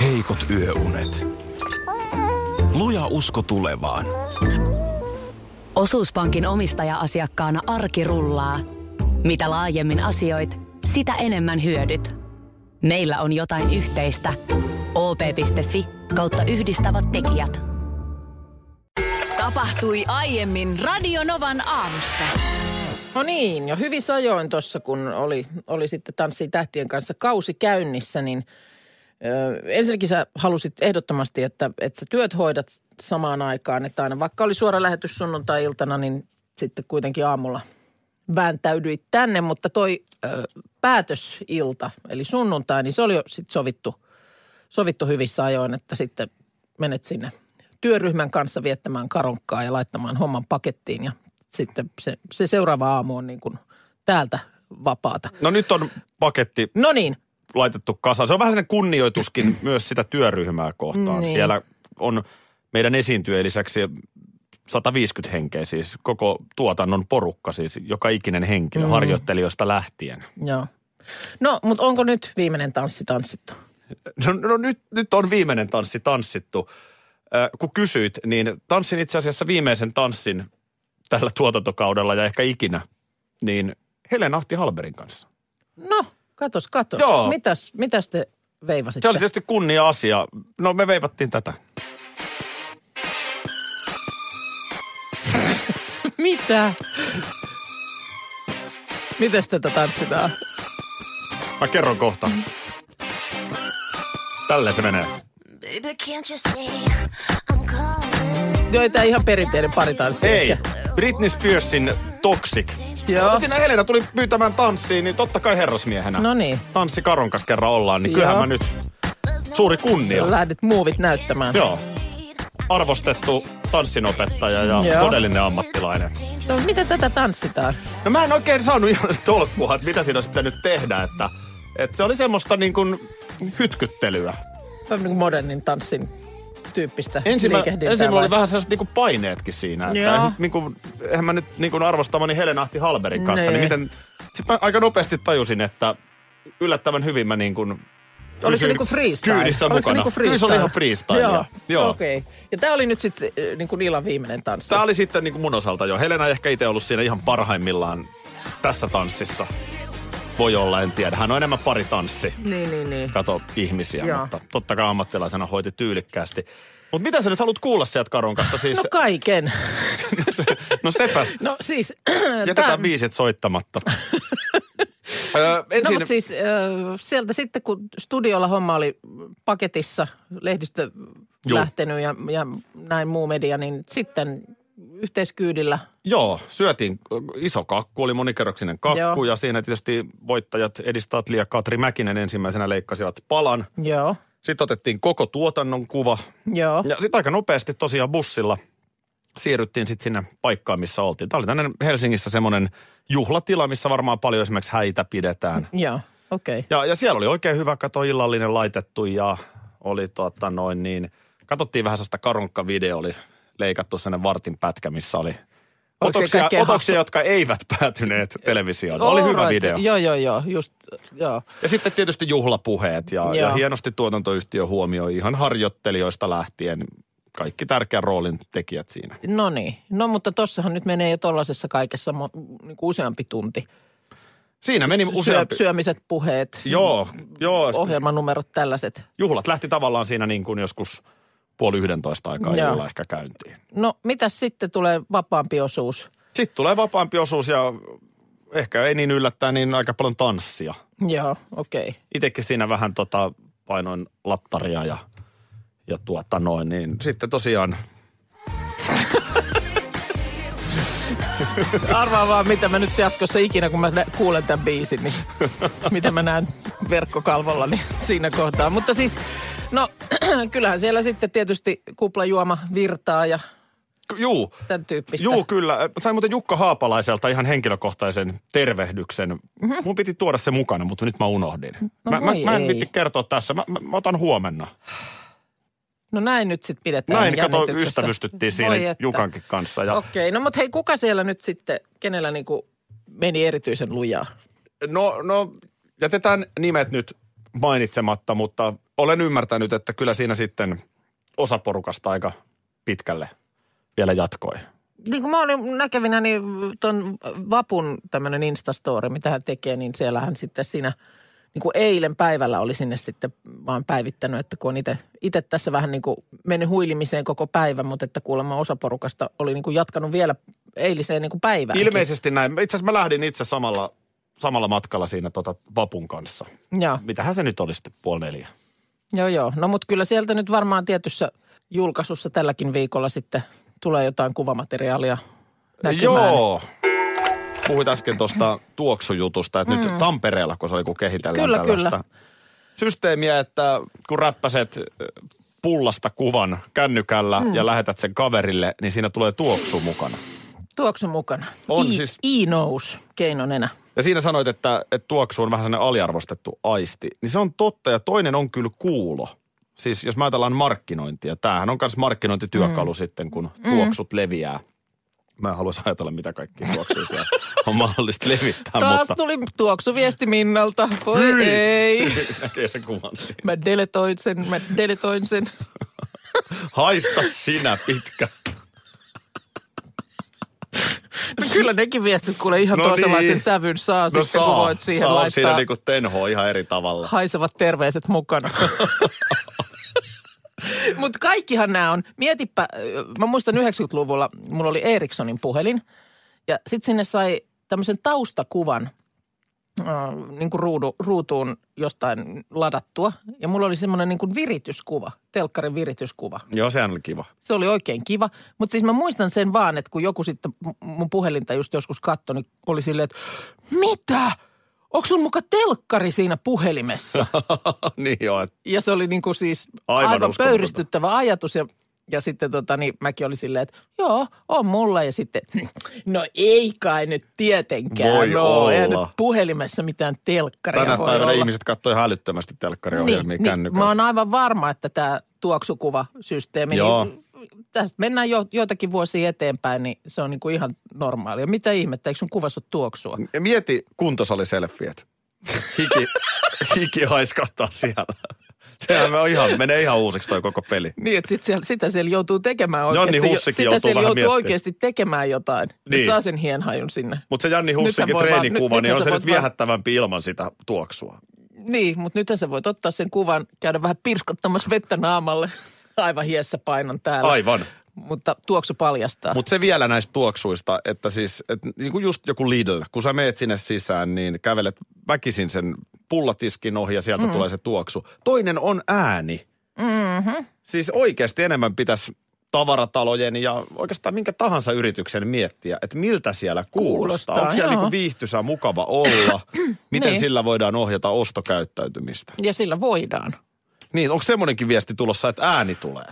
heikot yöunet. Luja usko tulevaan. Osuuspankin omistaja-asiakkaana arki rullaa. Mitä laajemmin asioit, sitä enemmän hyödyt. Meillä on jotain yhteistä. op.fi kautta yhdistävät tekijät. Tapahtui aiemmin Radionovan aamussa. No niin, jo hyvissä ajoin tuossa, kun oli, oli sitten Tanssii tähtien kanssa kausi käynnissä, niin ö, ensinnäkin sä halusit ehdottomasti, että, että sä työt hoidat samaan aikaan, että aina vaikka oli suora lähetys sunnuntai-iltana, niin sitten kuitenkin aamulla vääntäydyit tänne, mutta toi ö, päätösilta, eli sunnuntai, niin se oli jo sitten sovittu, sovittu hyvissä ajoin, että sitten menet sinne työryhmän kanssa viettämään karonkkaa ja laittamaan homman pakettiin ja sitten se, se seuraava aamu on niin kuin täältä vapaata. No nyt on paketti No niin, laitettu kasaan. Se on vähän sellainen kunnioituskin myös sitä työryhmää kohtaan. Niin. Siellä on meidän esiintyjien lisäksi 150 henkeä siis, koko tuotannon porukka siis, joka ikinen henkilö mm. harjoittelijoista lähtien. joo. No, mutta onko nyt viimeinen tanssi tanssittu? No, no nyt, nyt on viimeinen tanssi tanssittu. Äh, kun kysyit, niin tanssin itse asiassa viimeisen tanssin tällä tuotantokaudella ja ehkä ikinä, niin Helen Ahti Halberin kanssa. No, katos, katos. Joo. Mitäs, mitäs te veivasitte? Se oli tietysti kunnia-asia. No me veivattiin tätä. Mitä? Mitäs tätä tanssitaan? Mä kerron kohta. Tällä se menee. Baby, can't you see I'm calling? Joo, ei tää ihan perinteinen paritanssi. Ei, Britney Spearsin Toxic. Joo. Siinä Helena tuli pyytämään tanssiin, niin totta kai herrasmiehenä. No niin. Tanssi karonkas kerran ollaan, niin kyllähän Joo. mä nyt suuri kunnia. Lähdet muovit näyttämään. Joo. Arvostettu tanssinopettaja ja Joo. todellinen ammattilainen. No, mitä tätä tanssitaan? No mä en oikein saanut ihan tolkkua, että mitä siinä olisi pitänyt tehdä, että, että se oli semmoista niin kuin hytkyttelyä. Tämä on niin kuin modernin tanssin tyyppistä Ensin, mä, liikehdintää ensin mulla vai? oli vähän sellaiset niinku paineetkin siinä. Että Joo. eihän, niinku, eihän mä nyt niinku arvostamani Helen Ahti Halberin Nee. kanssa, niin miten... Sitten mä aika nopeasti tajusin, että yllättävän hyvin mä niinku... Oliko se pysyin niinku freestyle? Kyydissä Oliko se mukana. niinku Kyllä se oli ihan freestyle. Joo, Joo. Joo. Okay. okei. Ja tämä oli nyt sitten niinku Nilan viimeinen tanssi. Tämä oli sitten niinku mun osalta jo. Helena ei ehkä itse ollut siinä ihan parhaimmillaan tässä tanssissa. Voi olla, en tiedä. Hän on enemmän pari tanssi. Niin, niin, niin. Kato ihmisiä, Joo. mutta totta kai ammattilaisena hoiti tyylikkäästi. Mutta mitä sä nyt haluat kuulla sieltä Karonkasta? Siis, No kaiken. no sepä. No siis... Jätetään tää- Tän... biisit soittamatta. öö, No ensin, mutta siis äh, sieltä sitten, kun studiolla homma oli paketissa, lehdistö Juu. lähtenyt ja, ja näin muu media, niin sitten yhteiskyydillä joo, syötiin ö, iso kakku, oli monikerroksinen kakku Joo. ja siinä tietysti voittajat Edi Statli ja Katri Mäkinen ensimmäisenä leikkasivat palan. Joo, Sitten otettiin koko tuotannon kuva joo. ja sitten aika nopeasti tosiaan bussilla siirryttiin sitten sinne paikkaan, missä oltiin. Tämä oli tänne Helsingissä semmoinen juhlatila, missä varmaan paljon esimerkiksi häitä pidetään. Joo, okei. Okay. Ja, ja siellä oli oikein hyvä kato illallinen laitettu ja oli tota noin niin, katsottiin vähän sellaista karonkka-video, oli leikattu sinne vartin pätkä, missä oli Oliko siellä otoksia, kaikkea otoksia jotka eivät päätyneet televisioon. Oli hyvä video. Joo, joo, joo, just, joo. Ja sitten tietysti juhlapuheet ja, ja Joo. hienosti tuotantoyhtiö huomioi ihan harjoittelijoista lähtien kaikki tärkeän roolin tekijät siinä. No niin. No mutta tossahan nyt menee jo tollaisessa kaikessa mo- niin kuin useampi tunti. Siinä meni Niin, useampi. Syö, syömiset, puheet, Joo, joo. ohjelmanumerot, tällaiset. Juhlat lähti tavallaan siinä niin kuin joskus puoli yhdentoista aikaa Joo. illalla ehkä käyntiin. No mitä sitten tulee vapaampi osuus? Sitten tulee vapaampi osuus ja ehkä ei niin yllättää, niin aika paljon tanssia. Joo, okei. Okay. Itekin siinä vähän tota painoin lattaria ja, ja tuota noin, niin sitten tosiaan Arvaa vaan, mitä mä nyt jatkossa ikinä, kun mä nä- kuulen tämän biisin, niin mitä mä näen verkkokalvolla niin siinä kohtaa. Mutta siis, no kyllähän siellä sitten tietysti kuplajuoma virtaa ja K- juu, tämän tyyppistä. juu kyllä. Sain muuten Jukka Haapalaiselta ihan henkilökohtaisen tervehdyksen. Mm-hmm. Mun piti tuoda se mukana, mutta nyt mä unohdin. Mhm. No mä, mä, voi mä en ei. piti kertoa tässä, mä, mä, mä otan huomenna. No näin nyt sitten pidetään Näin, kato, jännityksessä. ystävystyttiin Voi siinä että. Jukankin kanssa. Ja Okei, no mutta hei, kuka siellä nyt sitten, kenellä niinku meni erityisen lujaa? No, no jätetään nimet nyt mainitsematta, mutta olen ymmärtänyt, että kyllä siinä sitten osa porukasta aika pitkälle vielä jatkoi. Niin kuin mä olin näkevinä, niin ton Vapun tämmöinen Instastory, mitä hän tekee, niin siellähän sitten siinä niin kuin eilen päivällä oli sinne sitten vaan päivittänyt, että kun on itse tässä vähän niin kuin mennyt huilimiseen koko päivän, mutta että kuulemma osa porukasta oli niin kuin jatkanut vielä eiliseen niin kuin päivään. Ilmeisesti näin. Itse asiassa mä lähdin itse samalla, samalla matkalla siinä tota Vapun kanssa. Joo, Mitähän se nyt oli sitten puoli neljä? joo, joo. No mutta kyllä sieltä nyt varmaan tietyssä julkaisussa tälläkin viikolla sitten tulee jotain kuvamateriaalia näkymään. Joo. Puhuit äsken tuosta tuoksujutusta, että mm. nyt Tampereella, kun se oli, kun kehitellään Kyllä, tällaista kyllä. systeemiä, että kun räppäset äh, pullasta kuvan kännykällä mm. ja lähetät sen kaverille, niin siinä tulee tuoksu mukana. Tuoksu mukana. On I, siis- I-nous, keinonenä. Ja siinä sanoit, että, että tuoksu on vähän sellainen aliarvostettu aisti. Niin se on totta ja toinen on kyllä kuulo. Siis jos mä ajatellaan markkinointia, tämähän on myös markkinointityökalu mm. sitten, kun tuoksut leviää. Mä en haluaisi ajatella, mitä kaikki tuoksuja siellä on mahdollista levittää, Taas mutta tuli tuoksuviesti Minnalta. Voi ei. näkee sen kuvan siinä. Mä deletoin sen, mä deletoin sen. Haista sinä pitkä. No kyllä nekin viestit kuule ihan No toisenlaisen niin. sävyn saa no sitten, kun voit siihen saa laittaa siinä niinku tenhoa ihan eri tavalla. haisevat terveiset mukana. Mutta kaikkihan nämä on. Mietipä, ö, mä muistan 90-luvulla, mulla oli Ericssonin puhelin. Ja sitten sinne sai tämmöisen taustakuvan äh, niin kuin ruudu, ruutuun jostain ladattua. Ja mulla oli semmoinen niin kuin virityskuva, telkkarin virityskuva. Joo, sehän oli kiva. Se oli oikein kiva. Mutta siis mä muistan sen vaan, että kun joku sitten mu- mun puhelinta just joskus katsoi, niin oli silleen, että mitä? Onko sun muka telkkari siinä puhelimessa? niin joo, että Ja se oli niin kuin siis Aivan aivan, aivan uskomatonta. pöyristyttävä ajatus ja ja sitten tota, niin mäkin oli silleen, että joo, on mulla. Ja sitten, no ei kai nyt tietenkään. Voi no, Ei olla. nyt puhelimessa mitään telkkaria tänä voi päivänä olla. ihmiset katsoo hälyttömästi telkkariohjelmia niin, niin, kännykällä. mä oon aivan varma, että tämä tuoksukuvasysteemi, Joo. niin tästä mennään jo, joitakin vuosia eteenpäin, niin se on niin kuin ihan normaalia. Mitä ihmettä, eikö sun kuvassa ole tuoksua? Ja Mieti kuntosaliselfiet. Hiki, hiki haiskahtaa siellä. Sehän me on ihan, menee ihan uusiksi toi koko peli. Niin, että sit siellä, sitä siellä joutuu tekemään Jonni oikeasti. jo- Hussikin sitä joutuu siellä vähän joutuu miettimään. oikeasti tekemään jotain. Niin. Niin. Että saa sen hienhajun sinne. Mutta se Janni Nythän Hussinkin voi vaan- treenikuva, nyt- niin nythän on sä se nyt voit vaan- viehättävämpi ilman sitä tuoksua. Niin, mutta nythän sä voit ottaa sen kuvan, käydä vähän pirskottamassa vettä naamalle. Aivan hiessä painon täällä. Aivan. Mutta tuoksu paljastaa. Mutta se vielä näistä tuoksuista, että siis, että niinku just joku Lidl, kun sä meet sinne sisään, niin kävelet väkisin sen pullatiskin ohi ja sieltä mm. tulee se tuoksu. Toinen on ääni. Mm-hmm. Siis oikeasti enemmän pitäisi tavaratalojen ja oikeastaan minkä tahansa yrityksen miettiä, että miltä siellä kuulostaa. Kuulostaa, Onko siellä joo. niinku viihtysä mukava olla? Miten niin. Niin. sillä voidaan ohjata ostokäyttäytymistä? Ja sillä voidaan. Niin, onko semmoinenkin viesti tulossa, että ääni tulee?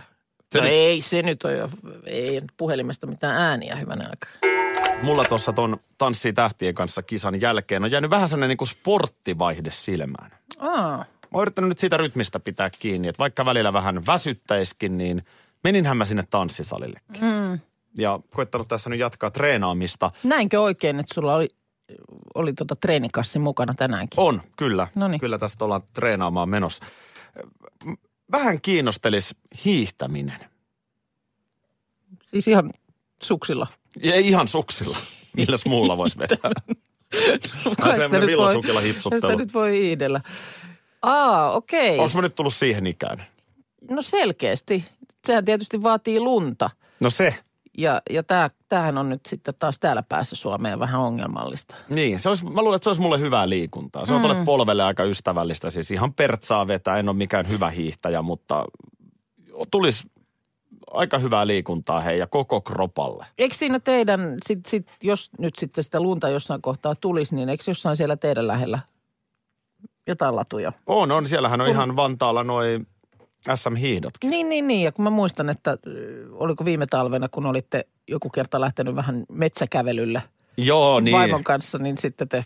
Se Se nyt no ei, se nyt on jo, ei nyt puhelimesta mitään ääniä hyvänä aikaa. mulla tuossa ton Tanssii tähtien kanssa kisan jälkeen on jäänyt vähän sellainen niin kuin sporttivaihde silmään. Aa, Mä oon yrittänyt nyt siitä rytmistä pitää kiinni, että vaikka välillä vähän väsyttäiskin, niin meninhän mä sinne tanssisalillekin. Mm. Ja koettanut tässä nyt jatkaa treenaamista. näinkö oikein, että sulla oli, oli tota treenikassi mukana tänäänkin? On, kyllä. Noniin. Kyllä tästä ollaan treenaamaan menossa. Vähän kiinnostelis hiihtäminen. Siis ihan suksilla. Ja ei ihan suksilla. Milläs muulla voisi vetää? Kai sitä semmoinen nyt voi- villasukilla hipsuttelu. kai Sitä nyt voi iidellä. Aa, okei. Onko mä nyt tullut siihen ikään? No selkeästi. Sehän tietysti vaatii lunta. No se. Ja, ja tää, tämähän on nyt sitten taas täällä päässä Suomeen vähän ongelmallista. Niin, se olisi, mä luulen, että se olisi mulle hyvää liikuntaa. Se on mm. tuolle polvelle aika ystävällistä. Siis ihan pertsaa vetää, en ole mikään hyvä hiihtäjä, mutta tulisi aika hyvää liikuntaa hei ja koko kropalle. Eikö siinä teidän, sit, sit, jos nyt sitten sitä lunta jossain kohtaa tulisi, niin eikö jossain siellä teidän lähellä jotain latuja? On, on. Siellähän on ihan Vantaalla noin SM-hiihdotkin. Niin, niin, niin. Ja kun mä muistan, että ö, oliko viime talvena, kun olitte joku kerta lähtenyt vähän metsäkävelylle Joo, niin. vaimon kanssa, niin sitten te...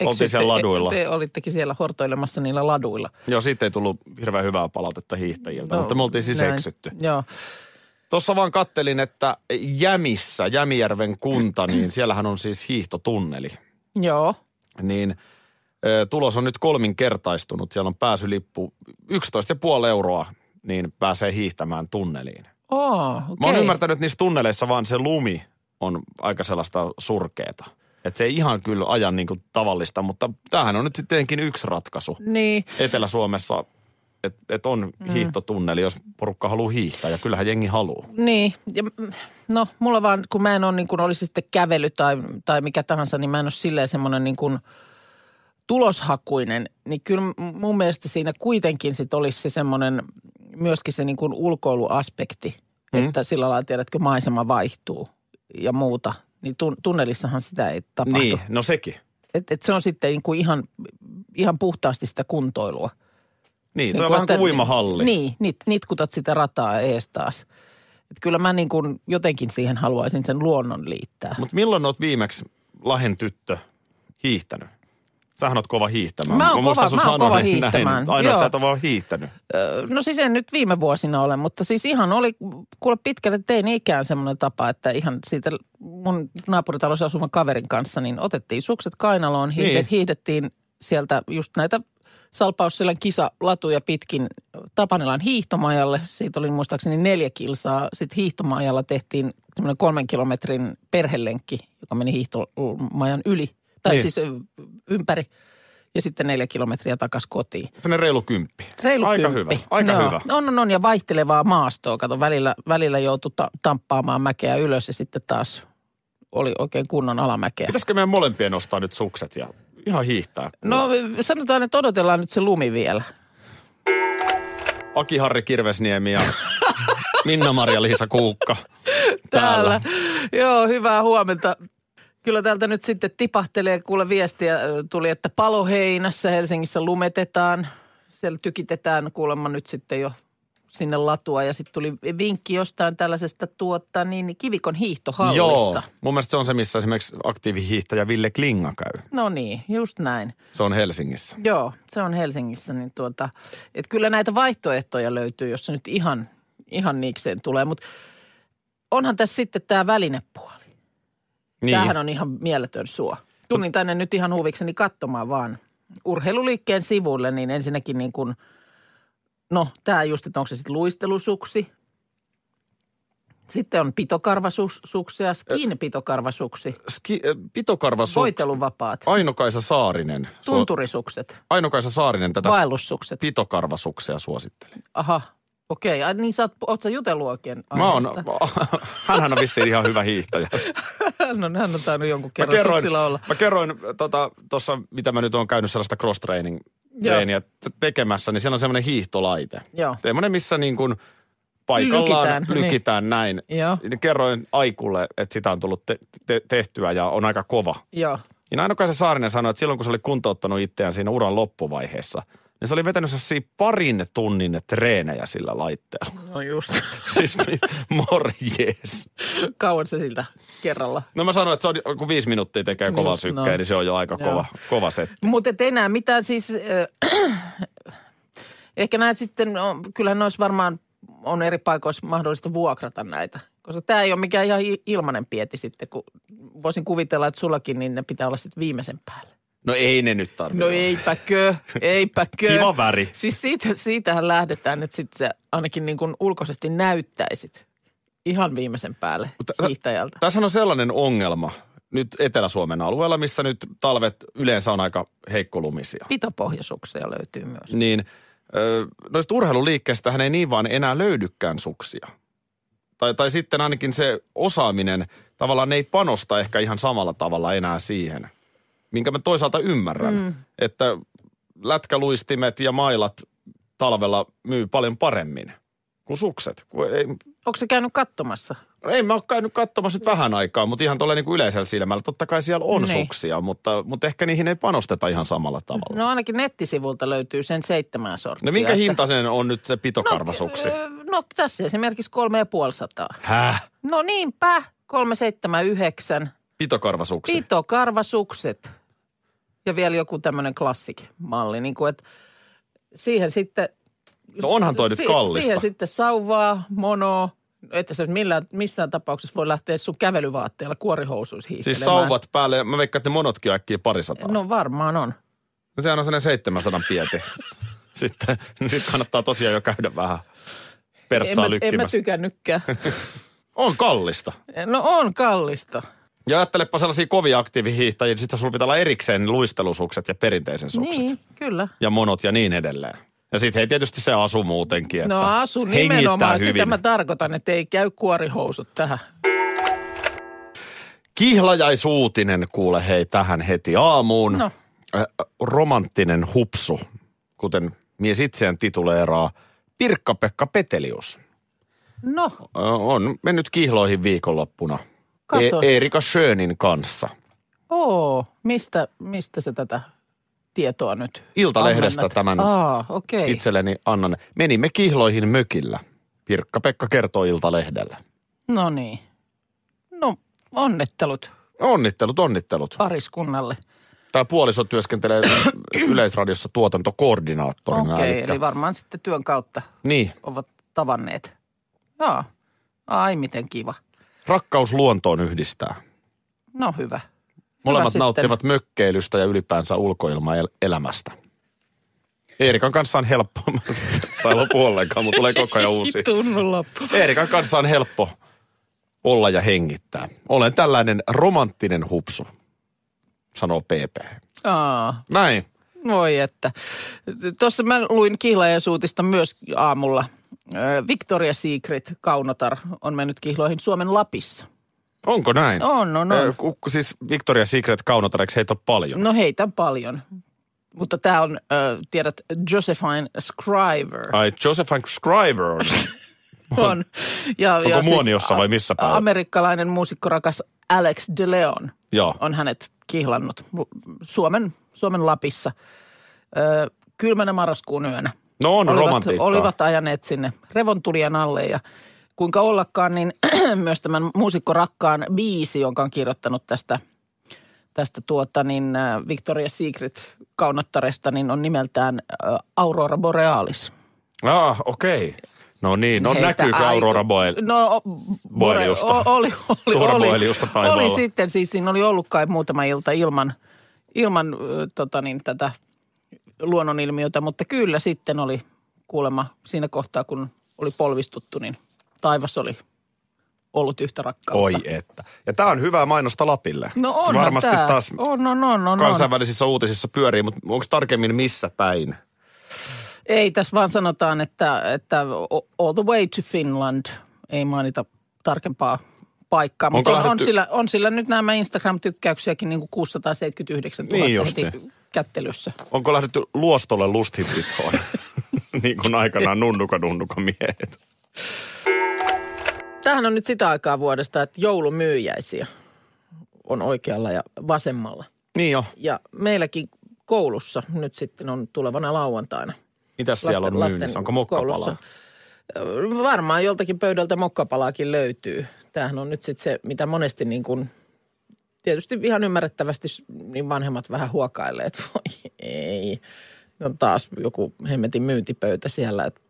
eksyitte- siellä laduilla. Te olittekin siellä hortoilemassa niillä laduilla. Joo, siitä ei tullut hirveän hyvää palautetta hiihtäjiltä, no, mutta me oltiin siis näin. eksytty. Joo. Tuossa vaan kattelin, että Jämissä, Jämijärven kunta, niin siellähän on siis hiihtotunneli. Joo. niin Ö, Tulos on nyt kolminkertaistunut. Siellä on pääsylippu 11,5 euroa, niin pääsee hiihtämään tunneliin. Aa, okay. Mä oon ymmärtänyt, että niissä tunneleissa vaan se lumi on aika sellaista surkeeta. Että se ei ihan kyllä aja niin kuin tavallista, mutta tämähän on nyt sittenkin yksi ratkaisu. Niin. Etelä-Suomessa, että et on mm. hiihtotunneli, jos porukka haluaa hiihtää ja kyllähän jengi haluaa. Niin, ja, mm, no mulla vaan, kun mä en ole niin kuin olisi sitten kävely tai, tai mikä tahansa, niin mä en ole silleen semmoinen niin kuin tuloshakuinen, niin kyllä m- mun mielestä siinä kuitenkin sit olisi se semmoinen myöskin se niin kuin ulkoiluaspekti, mm. että sillä lailla tiedätkö, maisema vaihtuu ja muuta. Niin tun- tunnelissahan sitä ei tapahdu. Niin, no sekin. Et, et se on sitten niin kuin ihan, ihan puhtaasti sitä kuntoilua. Niin, Niin toi on vähän että- kuin uimahalli. Niin, nit, nitkutat sitä rataa ees taas. Et kyllä mä niin kuin jotenkin siihen haluaisin sen luonnon liittää. Mutta milloin oot viimeksi Lahden tyttö hiihtänyt? Sähän oot kova hiihtämään. Mä oon muistan kova- sun mä oon sanoneen kova näin. hiihtämään, Ainoa, että joo. sä et ole vaan hiihtänyt. Öö, No siis en nyt viime vuosina ole, mutta siis ihan oli, kuule pitkälle tein ikään semmoinen tapa, että ihan siitä mun naapuritalossa asuvan kaverin kanssa, niin otettiin sukset kainaloon, hiihdet, Niin. niin. hiihdettiin sieltä just näitä Salpausselän kisalatuja pitkin Tapanilan hiihtomajalle. Siitä oli muistaakseni neljä kilsaa. Sitten hiihtomajalla tehtiin semmoinen kolmen kilometrin perhelenkki, joka meni hiihtomajan yli, tai Niin. niin. siis ö, ympäri. Ja sitten neljä kilometriä takaisin kotiin. Sellainen reilu kymppi. Reilu Aika kymppi. hyvä, aika Joo. hyvä. On, on, on ja vaihtelevaa maastoa. Kato, välillä, välillä joutui ta- tamppaamaan mäkeä ylös ja sitten taas oli oikein kunnon alamäkeä. Pitäisikö meidän molempien nostaa nyt sukset ja ihan hiihtää? No sanotaan, että odotellaan nyt se lumi vielä. Aki Harri Kirvesniemi ja Minna-Maria Liisa Kuukka. Täällä. Joo, hyvää huomenta. Kyllä täältä nyt sitten tipahtelee, kuule viestiä ö, tuli, että paloheinässä Helsingissä lumetetaan. Siellä tykitetään kuulemma nyt sitten jo sinne latua ja sitten tuli vinkki jostain tällaisesta tuottaa niin kivikon hiihtohallista. Joo, mun mielestä se on se, missä esimerkiksi aktiivihiihtäjä Ville Klinga käy. No niin, just näin. Se on Helsingissä. Joo, se on Helsingissä. Niin tuota, et kyllä näitä vaihtoehtoja löytyy, jos se nyt ihan, ihan niikseen tulee. Mutta onhan tässä sitten tämä välinepuoli. Niin. Niin. Tämähän on ihan mieletön suo. Tunnin tänne nyt ihan huvikseni katsomaan vaan urheiluliikkeen sivuille, niin ensinnäkin niin kuin, no tämä just, että onko se sitten luistelusuksi. Sitten on pitokarvasuksia, skin pitokarvasuksi, Ski, äh, pitokarvasuks. voiteluvapaat, Ainokaisa Saarinen. Suo- tunturisukset, Ainokaisa Saarinen tätä vaellussukset. pitokarvasuksia suosittelee. Aha, okei. Ai Niin sä oot, oot sä jutellut oikein Mä oon, aiheesta? hänhän on vissiin ihan hyvä hiihtäjä. no hän on tainnut jonkun Mä kerran kerroin, suksilla olla. mä kerroin tota, tuossa, mitä mä nyt oon käynyt sellaista cross-training treeniä te- tekemässä, niin siellä on semmoinen hiihtolaite. Joo. Semmoinen, missä niin kuin paikallaan Lykitään, lykitään, niin. lykitään näin. Joo. Niin Kerroin Aikulle, että sitä on tullut te- te- tehtyä ja on aika kova. Joo. Niin ainokaan se Saarinen sanoi, että silloin kun se oli kuntouttanut itseään siinä uran loppuvaiheessa, niin se oli vetänyt sellaisia parin tunnin treenejä sillä laitteella. No just. siis mi- morjes. Kauan se siltä kerralla. No mä sanoin, että se on, kun viisi minuuttia tekee kovaa Just, sykkeen, no. niin se on jo aika Joo. kova, kova setti. Mutta et enää mitään siis, äh, ehkä näet sitten, on, kyllähän noissa varmaan on eri paikoissa mahdollista vuokrata näitä. Koska tämä ei ole mikään ihan i- ilmanen pieti sitten, kun voisin kuvitella, että sullakin niin ne pitää olla sitten viimeisen päällä. No ei ne nyt tarvitse. No eipäkö, eipäkö. Kiva väri. Siis siitä, siitähän lähdetään, että sit sä ainakin niin kuin ulkoisesti näyttäisit ihan viimeisen päälle tä- hiihtäjältä. Tässä on sellainen ongelma nyt Etelä-Suomen alueella, missä nyt talvet yleensä on aika heikkolumisia. Pitopohjasuksia löytyy myös. Niin ö, noista urheiluliikkeestähän ei niin vaan enää löydykään suksia. Tai, tai sitten ainakin se osaaminen, tavallaan ne ei panosta ehkä ihan samalla tavalla enää siihen, minkä mä toisaalta ymmärrän, mm. että lätkäluistimet ja mailat talvella myy paljon paremmin kuin sukset. Kun ei, Onko se käynyt katsomassa? No Ei mä ole käynyt katsomassa nyt vähän aikaa, mutta ihan tuolla niin yleisellä silmällä. Totta kai siellä on Niin. suksia, mutta, mutta ehkä niihin ei panosteta ihan samalla tavalla. No ainakin nettisivulta löytyy sen seitsemän sorttia. No minkä että- hintainen on nyt se pitokarvasuksi? öö, No tässä esimerkiksi kolme ja puoli sataa. Häh? No niinpä, 379. Pitokarvasuksi? Pito, karvasukset ja vielä joku tämmöinen klassik-malli. Niin kuin, että siihen sitten... No onhan toi nyt kallista. Siihen sitten sauvaa, monoa. Että se millään, missään tapauksessa voi lähteä sun kävelyvaatteella kuorihousuissa siis hiihtelemään. sauvat päälle, mä veikkaan, että ne monotkin on äkkiä parisataa. No varmaan on. No sehän on sellainen 700 pieti. Sitten no sit kannattaa tosiaan jo käydä vähän En pertsaa mä, en mä lykkimässä. tykännytkään. on kallista. No on kallista. Ja ajattelepa sellaisia kovia aktiivihiihtäjiä, niin sitten sulla pitää olla erikseen luistelusukset ja perinteisen sukset. Niin, kyllä. Ja monot ja niin edelleen. Ja sitten hei tietysti se asu muutenkin. Että No asu hengittää nimenomaan, hyvin. sitä mä tarkoitan, että ei käy kuorihousut tähän. Kihlajaisuutinen kuule hei tähän heti aamuun. No. Ö, Romanttinen hupsu, kuten mies itseään tituleeraa Pirkka-Pekka Petelius. No, Ö, On mennyt kihloihin viikonloppuna. Katos. E- Erika Schönin kanssa. oo, mistä, mistä se tätä tietoa nyt? Iltalehdestä ammennat? tämän Aa, okei. itselleni annan. Menimme kihloihin mökillä. Pirkka-Pekka kertoo Iltalehdellä. No niin. No, onnettelut Onnittelut, onnittelut. Ah. pariskunnalle. Tämä puoliso työskentelee Yleisradiossa tuotantokoordinaattorina. Okei, elikkä- eli varmaan sitten työn kautta Niin, ovat tavanneet. Joo. Ai, miten kiva. rakkaus luontoon yhdistää. No hyvä. Molemmat sitten. nauttivat mökkeilystä ja ylipäänsä ulkoilmaelämästä. Eerikan kanssa on helppo, tai lopu ollenkaan, mutta tulee koko ajan uusi. Tunnu loppu. Eerikan kanssa on helppo olla ja hengittää. Olen tällainen romanttinen hupsu, sanoo PP. Aa, Näin. voi että. Tuossa mä luin kihlajaisuutista myös aamulla. Ö, Victoria Secret Kaunotar on mennyt kihloihin Suomen Lapissa. Onko näin? On, on, Ö, on. ku- ku- Siis Victoria Secret kaunotareksi heitä on paljon. No heitä paljon. Mutta tämä on, ö, tiedät, Josephine Scriver. Ai Josephine Scriver on. On. Ja, siis Onko Muoniossa a- vai missä päin? Amerikkalainen muusikkorakas Alex de Leon Joo. on hänet kihlannut Mu- Suomen, Suomen Lapissa ö, kylmänä marraskuun yönä. No on olivat, romantiikkaa. olivat ajaneet sinne revontulien alle ja kuinka ollakaan, niin myös tämän muusikkorakkaan biisi, jonka on kirjoittanut tästä, tästä tuota, niin ö, Victoria's Secret kaunottaresta, niin on nimeltään ö, Aurora Borealis. Ah, okei. No niin, no Heitä näkyykö ai- Aurora Boel? No, o- Boeliusta. Bore- o- oli, oli, oli, Turboeliusta taivaalla. oli sitten, siis siinä oli ollut kai muutama ilta ilman, ilman ö, tota niin, tätä luonnonilmiötä, mutta kyllä sitten oli kuulemma siinä kohtaa, kun oli polvistuttu, niin taivas oli ollut yhtä rakkautta. Oi että. Ja tämä on hyvää mainosta Lapille. No onhan Varmasti tää. taas on, on, on, on, on. kansainvälisissä uutisissa pyörii, mutta onko tarkemmin missä päin? Ei, tässä vaan sanotaan, että, että all the way to Finland. Ei mainita tarkempaa paikkaa, Onko mutta on, on, lähdetty- sillä, on sillä nyt nämä Instagram-tykkäyksiäkin niin kuin 679 000 Niin heti justiin. kättelyssä. Onko lähdetty luostolle lustinpitoon? niin kuin aikanaan nunnuka nunnuka miehet. Tämähän on nyt sitä aikaa vuodesta, että joulumyyjäisiä on oikealla ja vasemmalla. Niin jo. Ja meilläkin koulussa nyt sitten on tulevana lauantaina. Mitäs siellä on myynnissä? Onko mokkapalaa? koulussa. Ö, Varmaan joltakin pöydältä mokkapalaakin löytyy. Tämähän on nyt sitten se, mitä monesti niin kuin, tietysti ihan ymmärrettävästi s- niin vanhemmat vähän huokailee, että voi ei. On taas joku hemmetin myyntipöytä siellä, että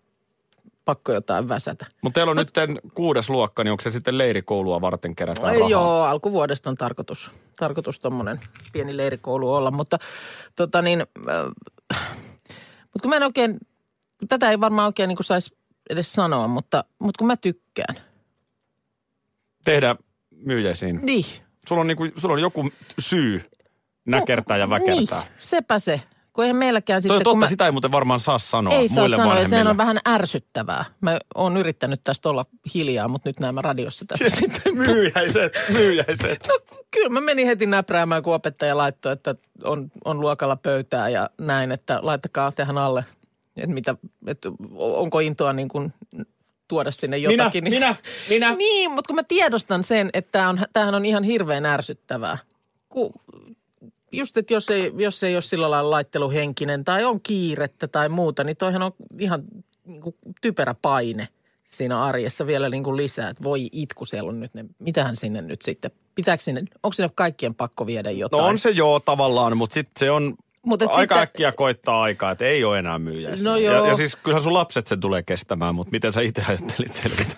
pakko jotain väsätä. Mutta teillä on nyt kuudes luokka, niin onko se sitten leirikoulua varten kerätään Ei, rahaa? joo, alkuvuodesta on tarkoitus, tarkoitus tuommoinen pieni leirikoulu olla, mutta tota niin, äh, mut kun mä en oikein, tätä ei varmaan oikein niin saisi edes sanoa, mutta, mutta kun mä tykkään. Tehdään myyjäisiin. Niin. Sulla on, niinku, sulla on joku syy näkertää ja väkertää. Niin, sepä se. Kun eihän meilläkään Toi on sitten, kun totta, mä, sitä ei muuten varmaan saa sanoa ei saa muille sanoa, ja vanhemmille. sehän on vähän ärsyttävää. Mä oon yrittänyt tästä olla hiljaa, mutta nyt näemme radiossa tästä. myyjäiset, myyjäiset. Kyllä mä menin heti näpräämään, kun opettaja laittoi, että on, on luokalla pöytää ja näin, että laittakaa tähän alle, että, mitä, että onko intoa niin kuin tuoda sinne jotakin. niin- minä. Niin, mutta kun mä tiedostan sen, että tää on, tämähän on ihan hirveän ärsyttävää. Ku, just, että jos ei, jos ei ole sillä lailla laitteluhenkinen tai on kiirettä tai muuta, niin toihan on ihan niin kuin, typerä paine siinä arjessa vielä niin kuin lisää. Että voi itku siellä on nyt, ne, mitähän sinne nyt sitten, pitääkö sinne, onko sinne kaikkien pakko viedä No jotain? on se joo tavallaan, mutta sitten se on Mut Mut et aika sitten- äkkiä koittaa aikaa, että ei ole enää myyjäisiä. No joo. ja, ja siis kyllähän sun lapset sen tulee kestämään, mutta miten sä itse ajattelit selvitä?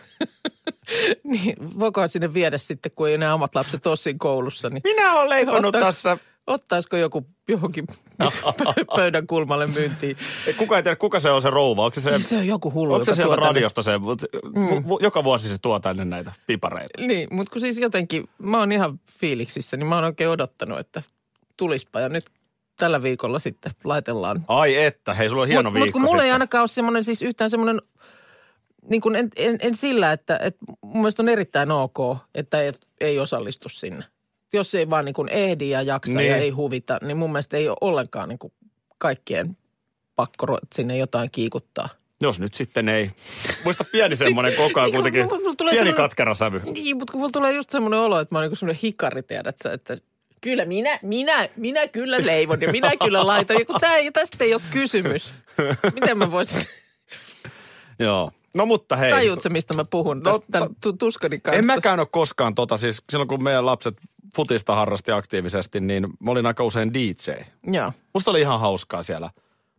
Niin, voiko sinne viedä sitten, kun ei enää omat lapset ole siinä koulussa, niin Minä olen leiponut Otta- tässä Ottaisiko joku johonkin pö- pöydän kulmalle myyntiin? Ei, Kuka ei tiedä, kuka se on se rouva. Onko se, se, Niin Se on joku hullu, onko joka se sieltä tuo tänne. radiosta se, mut, mm. joka vuosi se tuo tänne näitä pipareita. Niin, mutta kun siis jotenkin, mä oon ihan fiiliksissä, niin mä oon oikein odottanut, että tulispa. Ja nyt tällä viikolla sitten laitellaan. Ai että, hei sulla on hieno mut, viikko mut kun mulla ei sitten. ainakaan ole semmoinen, siis yhtään semmoinen, niin kuin en, en, en sillä, että, että mun mielestä on erittäin ok, että et, ei osallistu sinne. Jos ei vaan niin kuin ehdi ja jaksa Niin. ja ei huvita, niin mun mielestä ei ole ollenkaan niin kuin kaikkien pakko ru- sinne jotain kiikuttaa. Jos nyt sitten ei. Muista pieni semmoinen koko ajan Niin, kuitenkin. mulla- mulla tulee Pieni semmoinen- katkera sävy. Niin, mutta kun mulla tulee just semmoinen olo, että mä oon niinku semmoinen hikari, tiedät sä, että kyllä minä, minä, minä kyllä leivon ja minä kyllä laitan. Ja kun tää ei, tästä ei ole kysymys. Miten mä voisin, Joo. No mutta hei. tajut sä, mistä mä puhun tästä, No, tämän tu- tuskani kanssa? En mäkään ole koskaan tota, siis silloin kun meidän lapset futista harrasti aktiivisesti, niin mä olin aika usein DJ. Joo. Musta oli ihan hauskaa siellä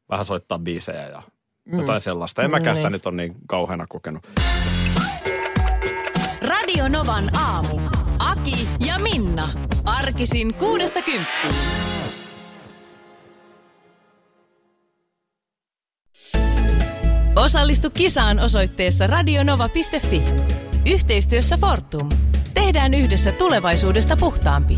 vähän soittaa biisejä ja jotain sellaista. En mäkään sitä nyt ole niin kauheana kokenut. Radio Novan aamu. Aki ja Minna. Arkisin kuudesta kymppiin. Osallistu kisaan osoitteessa radionova.fi. Yhteistyössä Fortum. Tehdään yhdessä tulevaisuudesta puhtaampi.